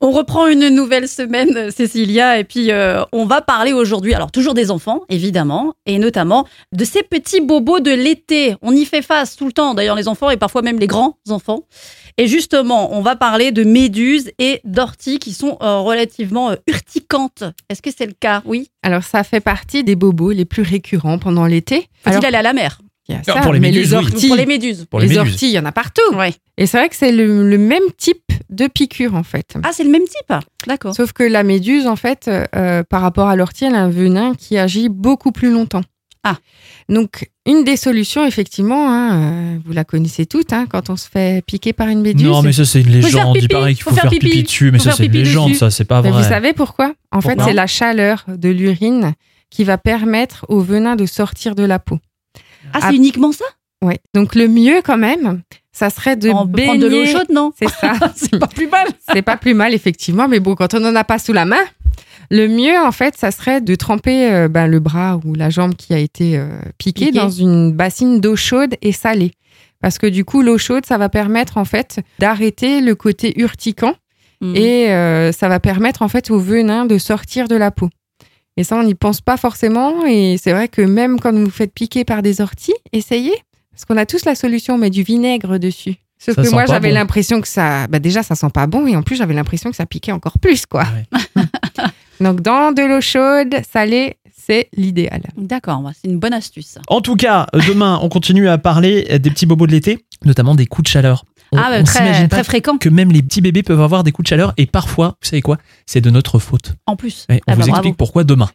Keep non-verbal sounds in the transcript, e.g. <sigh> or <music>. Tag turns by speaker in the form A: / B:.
A: On reprend une nouvelle semaine, euh, Cécilia, et puis euh, on va parler aujourd'hui, alors toujours des enfants, évidemment, et notamment de ces petits bobos de l'été. On y fait face tout le temps, d'ailleurs les enfants et parfois même les grands enfants. Et justement, on va parler de méduses et d'orties qui sont euh, relativement euh, urticantes. Est-ce que c'est le cas Oui.
B: Alors, ça fait partie des bobos les plus récurrents pendant l'été.
A: Faut-il
B: Alors,
A: aller à la mer
B: il y a
C: Non,
B: ça,
C: Ah, pour les
B: mais
C: méduses,
B: les
C: oui.
B: orties,
A: pour les méduses
C: Pour les,
B: les
C: méduses.
B: orties, il y en a partout.
A: Ouais.
B: Et c'est vrai que c'est le, le même type de piqûre, en fait.
A: Ah, c'est le même type D'accord.
B: Sauf que la méduse, en fait, euh, par rapport à l'ortie, elle a un venin qui agit beaucoup plus longtemps.
A: Ah.
B: Donc, une des solutions, effectivement, hein, euh, vous la connaissez toutes, hein, quand on se fait piquer par une méduse.
C: Non, mais ça, c'est une
A: faire
C: légende. Il
A: pipi,
C: paraît qu'il
A: faut
C: faut
A: faire
C: faire pipi
A: pipi,
C: dessus, mais
A: faut
C: ça,
A: faire
C: c'est une
A: pipi
C: légende,
A: dessus.
C: ça, c'est pas
B: Mais Ben, vous
C: vrai.
B: savez pourquoi En fait,
C: Pourquoi
B: c'est la chaleur de l'urine qui va permettre au venin de sortir de la peau.
A: Ah, c'est
B: Ah.
A: uniquement ça
B: Ouais. Donc le mieux quand même, ça serait de
A: On peut prendre
B: baigner.
A: de l'eau chaude, non
B: <laughs> C'est ça.
A: <laughs> C'est pas plus mal
B: <laughs> c'est pas plus mal effectivement, mais bon, quand on n'en a pas sous la main, le mieux en fait, ça serait de tremper euh, ben, le bras ou la jambe qui a été euh, piquée
A: Piquée.
B: dans une bassine d'eau chaude et salée, parce que du coup, l'eau chaude, ça va permettre en fait d'arrêter le côté urticant
A: Hmm. Mhm.
B: et euh, ça va permettre en fait au venin de sortir de la peau. Et ça, on n'y pense pas forcément. Et c'est vrai que même quand vous vous faites piquer par des orties, essayez. Parce qu'on a tous la solution, on met du vinaigre dessus. Sauf
C: Ça
B: que
C: sent
B: moi,
C: pas
B: j'avais
C: bon.
B: l'impression que ça. Bah déjà, ça sent pas bon. Et en plus, j'avais l'impression que ça piquait encore plus, quoi. Donc, dans de l'eau chaude, salée, c'est l'idéal.
A: D'accord, bah, c'est une bonne astuce. ça.
C: En tout cas, euh, demain, on continue à parler des petits bobos de l'été, notamment des coups de chaleur. On,
A: ah, bah,
C: on
A: très,
C: s'imagine pas
A: très fréquent,
C: que même les petits bébés peuvent avoir des coups de chaleur et parfois, vous savez quoi, c'est de notre faute.
A: en plus.
C: Ouais, on
A: Ah bah,
C: vous
A: bravo.
C: explique pourquoi demain.